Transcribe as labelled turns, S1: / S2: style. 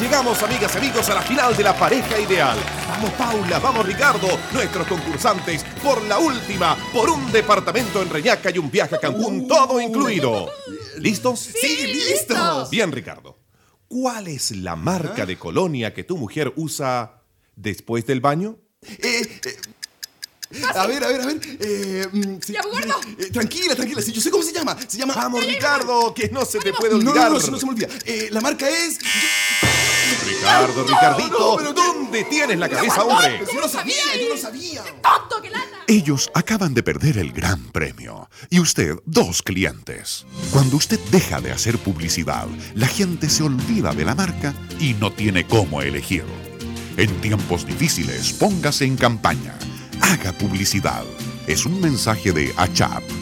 S1: Llegamos, amigas y amigos, a la final de la pareja ideal. Vamos, Paula, vamos, Ricardo, nuestros concursantes, por la última, por un departamento en Reñaca y un viaje a Cancún, todo incluido. ¿Listos?
S2: Uh. Sí, listos. ¿Ah?
S1: Bien, Ricardo. ¿Cuál es la marca de colonia que tu mujer usa después del baño?
S2: Eh, eh, a ver, a ver, a ver. Eh, mm, sí,
S3: ¡Ya, gordo!
S2: eh, eh, tranquila, tranquila. sí, yo sé cómo se llama. Se llama.
S1: Vamos, Ricardo, que no se te puede
S2: No, no, no,
S1: olvidar.
S2: no, se- no se me olvida. Eh, la marca es.
S1: Ricardo, Ricardito,
S2: no, pero no.
S1: ¿dónde tienes la cabeza, hombre?
S2: Pero si yo lo sabía, yo lo sabía.
S3: ¡Tonto que lana!
S4: Ellos acaban de perder el gran premio y usted dos clientes. Cuando usted deja de hacer publicidad, la gente se olvida de la marca y no tiene cómo elegir. En tiempos difíciles, póngase en campaña. Haga publicidad. Es un mensaje de ACHAP